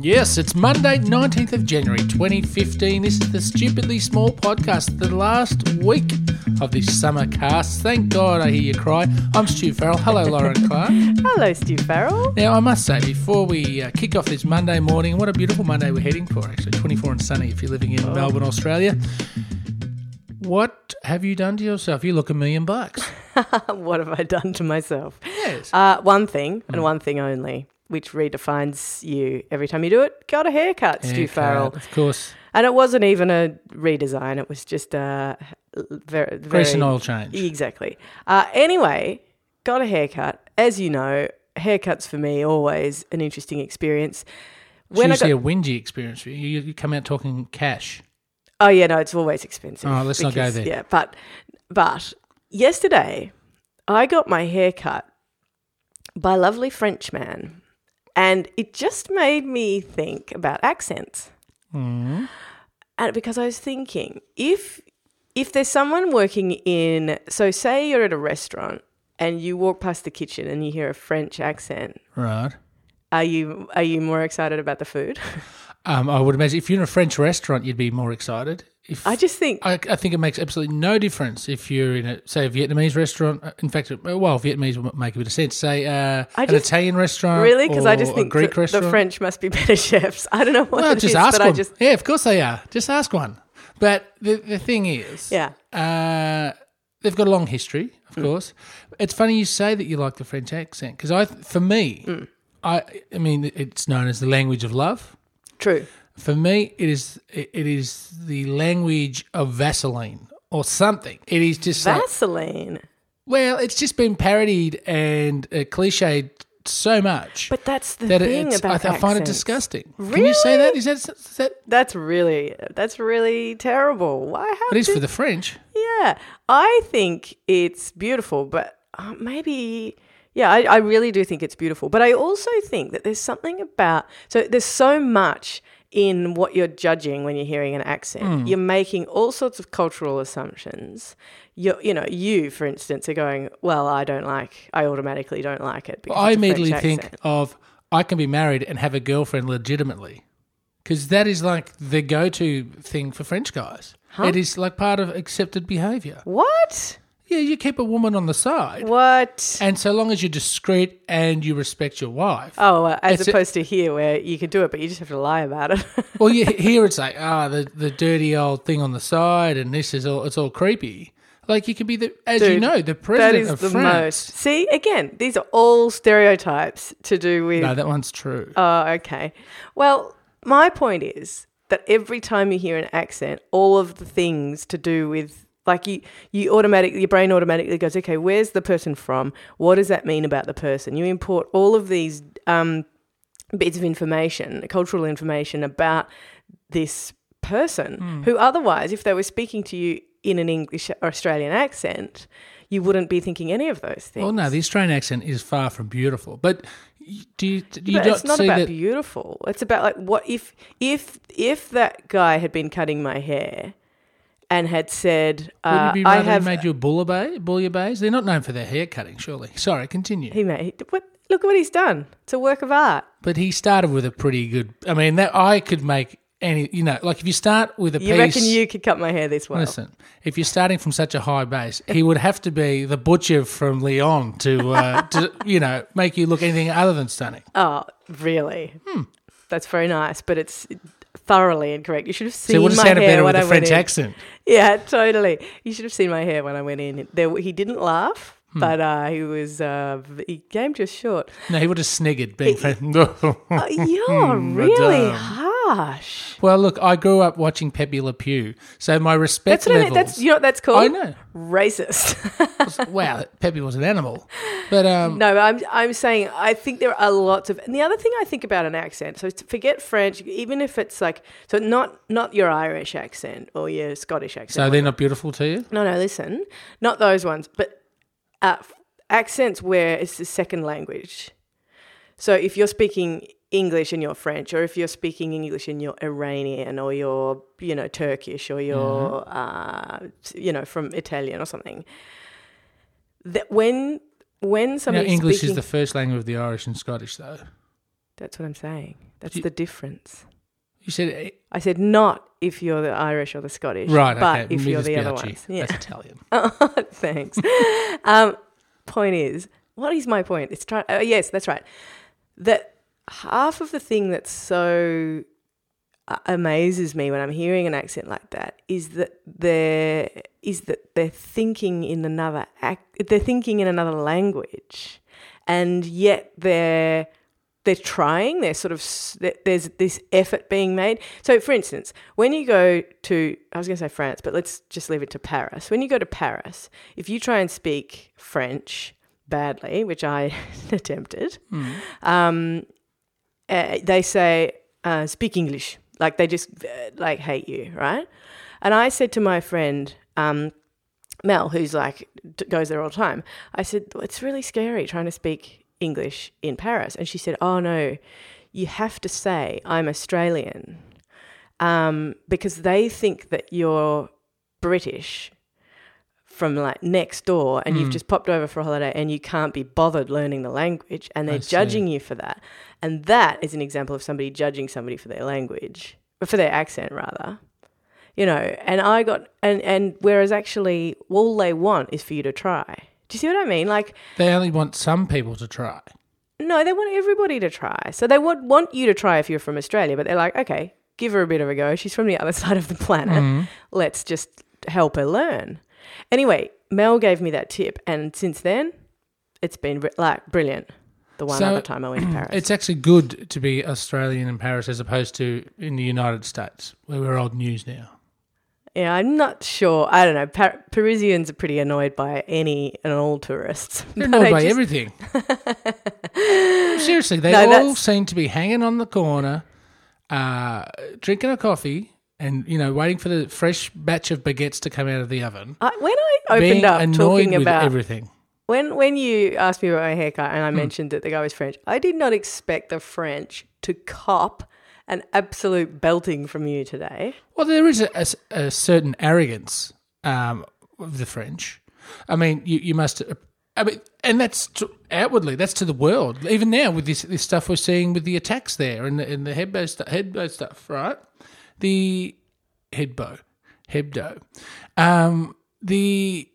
Yes, it's Monday, 19th of January 2015. This is the Stupidly Small Podcast, the last week of this summer cast. Thank God I hear you cry. I'm Stu Farrell. Hello, Lauren Clark. Hello, Stu Farrell. Now, I must say, before we uh, kick off this Monday morning, what a beautiful Monday we're heading for, actually 24 and sunny if you're living Oh. in Melbourne, Australia. What have you done to yourself? You look a million bucks. what have I done to myself? Yes. Mm. Uh, one thing and one thing only, which redefines you every time you do it. Got a haircut, Stu Haircut, Farrell. Of course. And it wasn't even a redesign, it was just a very. very Grease and oil change. Exactly. Uh, anyway, got a haircut. As you know, haircuts for me always an interesting experience. When I it's got, usually a whingy experience. You, you you come out talking cash. oh yeah, no, it's always expensive. Oh, let's not go there. Yeah, but but yesterday I got my hair cut by a lovely French man, and it just made me think about accents. Mm-hmm. And because I was thinking, if if there's someone working in, so say you're at a restaurant and you walk past the kitchen and you hear a French accent, Right. are you are you more excited about the food? Um, I would imagine if you're in a French restaurant, you'd be more excited. If I just think I, I think it makes absolutely no difference if you're in a say a Vietnamese restaurant. Uh, In fact, it- well, Vietnamese would make a bit of sense. Say uh, I an just- Italian restaurant, Really? Because I Uh, or just a think Greek that restaurant. the French must be better chefs. I don't know what Well, it just is, ask but one. I just Yeah, of course they are. Just ask one. But the the thing is, yeah. Hmm. Uh, they've got a long history, of course. It's funny you say that you like the French accent because I, for me, Hmm. I, I mean, it's known as the language of love. True. For me, it is it it is the language of Vaseline or something. It is just like, Vaseline. well, it's just been parodied and uh, cliched so much But that's the that thing it's, I, about I find it accents. disgusting. Can you say that? Is that is that? That's really that's really terrible. Why have It is for the French. Yeah. I think it's beautiful, but uh, maybe yeah, I, I really do think it's beautiful. But I also think that there's something about so there's so much in what you're judging when you're hearing an accent. Hmm. You're making all sorts of cultural assumptions. You you know, you for instance are going, "Well, I don't like I automatically don't like it because I it's a French immediately think accent." of I can be married and have a girlfriend legitimately. Because that is like the go to thing for French guys. It is like part of accepted behavior. "What? Yeah, you keep a woman on the side. What?" And so long as you're discreet and you respect your wife. Oh, uh, as It's a- opposed to here where you can do it, but you just have to lie about it. well, you, here it's like, ah, the, the dirty old thing on the side and this is all, it's all creepy. Like you can be the, as you Dude, know, the That president is of the most. France. See, again, these are all stereotypes to do with. No, that one's true. Oh, okay. Well, my point is that every time you hear an accent, all of the things to do with. Like you, you automatically, your brain automatically goes, okay, where's the person from? What does that mean about the person? You import all of these um, bits of information, cultural information about this person Hmm. who otherwise, if they were speaking to you in an English or Australian accent, you wouldn't be thinking any of those things. well, no, the Australian accent is far from beautiful. But y- do you, you but don't it's not see about that. beautiful. It's about like what if if if that guy had been cutting my hair and had said, Wouldn't uh, it be "I rather have," made you a bouillabaisse? bouillabaisse? They're not known for their hair cutting, surely. Sorry, continue. he made what? Look at what he's done. It's a work of art. but he started with a pretty good. I mean, that I could make any. You know, like if you start with a You piece. reckon you could cut my hair this well? Listen, if you're starting from such a high base, he would have to be the butcher from Lyon to, uh, to you know, make you look anything other than stunning. Oh, really? Hmm. That's very nice, but it's thoroughly incorrect. You should have seen So it would have my sounded hair better when with a I went French in. accent. Yeah, totally. You should have seen my hair when I went in. There, he didn't laugh, Hmm. but uh, he was uh, v- he came just short. No, he would have sniggered being French. Oh, you're really Hmm. madame. harsh. well, look, I grew up watching Pepe Le Pew, so my respect That's what I mean. levels. That's you know what that's called. I know. Racist. wow, Pepe was an animal. But um, no, I'm I'm saying I think there are lots of. And the other thing I think about an accent. So to forget French, even if it's like so not not your Irish accent or your Scottish accent. so they're not beautiful to you? No, no, listen, not those ones, but uh, f- accents where it's the second language. So if you're speaking English and you're French, or if you're speaking English and you're Iranian, or you're you know Turkish, or you're Mm-hmm. uh, you know from Italian or something, that when when You know, somebody English speaking, is the first language of the Irish and Scottish, though. That's what I'm saying. That's You- the difference. You said eh, I said not if you're the Irish or the Scottish, right, But okay. if you're the other Midas ones, Biaggi. yeah. That's Italian. Oh, thanks. um, point is, what is my point? It's trying. Oh, yes, that's right. That half of the thing that's so uh, amazes me when I'm hearing an accent like that is that they're is that they're thinking in another act. They're thinking in another language, and yet they're they're trying. They're sort of s- there- there's this effort being made. So, for instance, when you go to I was going to say France, but let's just leave it to Paris. When you go to Paris, if you try and speak French badly, which I attempted, Hmm. um, uh, they say uh, speak English. Like they just uh, like hate you, right? And I said to my friend. Um, Mel, who's like d- goes there all the time, I said it's really scary trying to speak English in Paris, and she said, "Oh no, you have to say I'm Australian," um, because they think that you're British from like next door, and Hmm. you've just popped over for a holiday, and you can't be bothered learning the language, and they're I see. judging you for that, and that is an example of somebody judging somebody for their language, for their accent rather you know and i got and and whereas actually all they want is for you to try do you see what i mean like They only want some people to try. no they want everybody to try so they would want you to try if you're from australia but they're like okay give her a bit of a go she's from the other side of the planet Mm. let's just help her learn anyway mel gave me that tip and since then it's been br- like brilliant the one So, other time i went to paris It's actually good to be Australian in Paris as opposed to in the United States, where we're old news now. Yeah, I'm not sure. I don't know. Par- Parisians are pretty annoyed by any and all tourists. They're But I annoyed by just- everything. Seriously, they No, all that's- seem to be hanging on the corner, uh, drinking a coffee, and you know, waiting for the fresh batch of baguettes to come out of the oven. I, when I being opened up annoyed talking with about everything. when when you asked me about my haircut and I mentioned that the guy was French, I did not expect the French to cop an absolute belting from you today. Well, there is a, a- a certain arrogance um, of the French. I mean, you, you must. uh, I mean, and that's to, outwardly. That's to the world. Even now, with this this stuff we're seeing with the attacks there and the, and the hebdo stuff, hebdo stuff, right? The hebdo, hebdo, um, the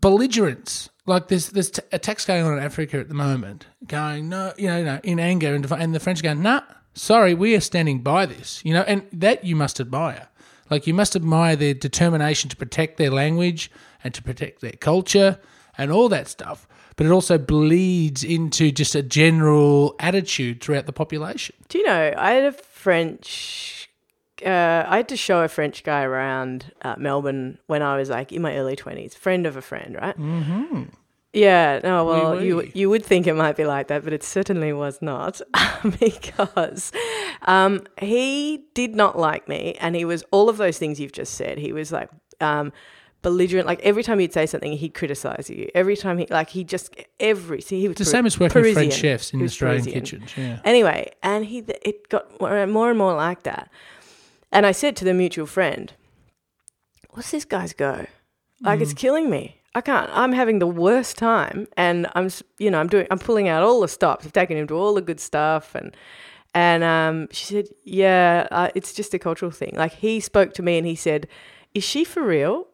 belligerents. Like there's there's t- attacks going on in Africa at the moment, going no, you know, no, in anger, and, and the French are going, nah, sorry, we are standing by this, you know, and that you must admire. Like you must admire their determination to protect their language and to protect their culture and all that stuff. But it also bleeds into just a general attitude throughout the population. Do you know, I had a French. Uh, I had to show a French guy around uh, Melbourne when I was like in my early twenties, friend of a friend, right? Mm-hmm. Yeah. No. Well, Oui, oui. you you would think it might be like that, but it certainly was not because um, he did not like me, and he was all of those things you've just said. He was like. Um, belligerent like every time you'd say something he'd criticize you every time he like he just every see he was It's the same as working with French chefs in He was Australian Parisian. kitchens. Yeah. Anyway, and he it got more and more and more like that. And I said to the mutual friend, "What's this guy's go? Like it's killing me. I can't. I'm having the worst time, and I'm s- you know I'm doing I'm pulling out all the stops. I've taken him to all the good stuff, and and um, she said, "Yeah, uh, it's just a cultural thing." Like he spoke to me and he said, "Is she for real?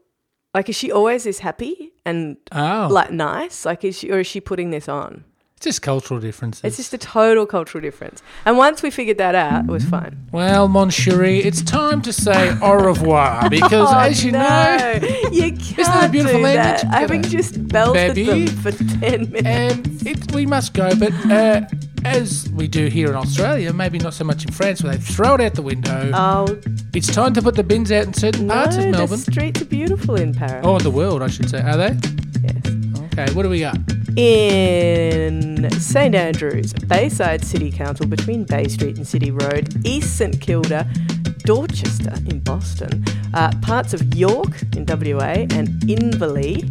Like is she always this happy and Oh, like nice? Like is she or is she putting this on?" it's Oh, just cultural differences. It's just a total cultural difference. And once we figured that out, it was Mm-hmm. fine. Well, mon chéri, it's time to say au Oh, revoir because, as you know, you that a can't beautiful do language? that. Having just belted Baby. them for ten minutes. um, it, we must go. But uh, as we do here in Australia, maybe not so much in France, where they throw it out the window. Oh it's time to put the bins out in certain no, parts of the Melbourne. streets are beautiful in Paris. Oh, the world, I should say. Are they? Yes. Okay, what do we got? In St Andrews, Bayside City Council between Bay Street and City Road, East St Kilda, Dorchester in Boston, uh, parts of York in WA, and Inverleigh,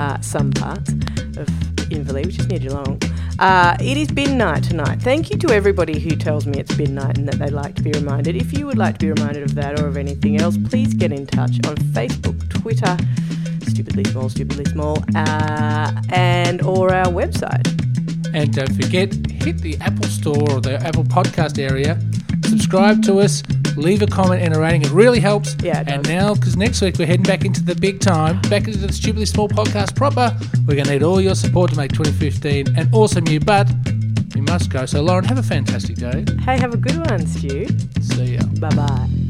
uh, some parts of Inverleigh, which is near Geelong. Uh, it is bin night tonight. Thank you to everybody who tells me it's bin night and that they like to be reminded. If you would like to be reminded of that or of anything else, please get in touch on Facebook, Twitter, stupidly small, stupidly small, uh, and or our website. And don't forget, hit the Apple Store or the Apple Podcast area, subscribe to us, leave a comment and a rating. It really helps. Yeah, it and does. now, because next week we're heading back into the big time, back into the Stupidly Small podcast proper, we're going to need all your support to make 2015 an awesome year. But we must go. So, Lauren, have a fantastic day. Hey, have a good one, Stu. See ya. Bye bye.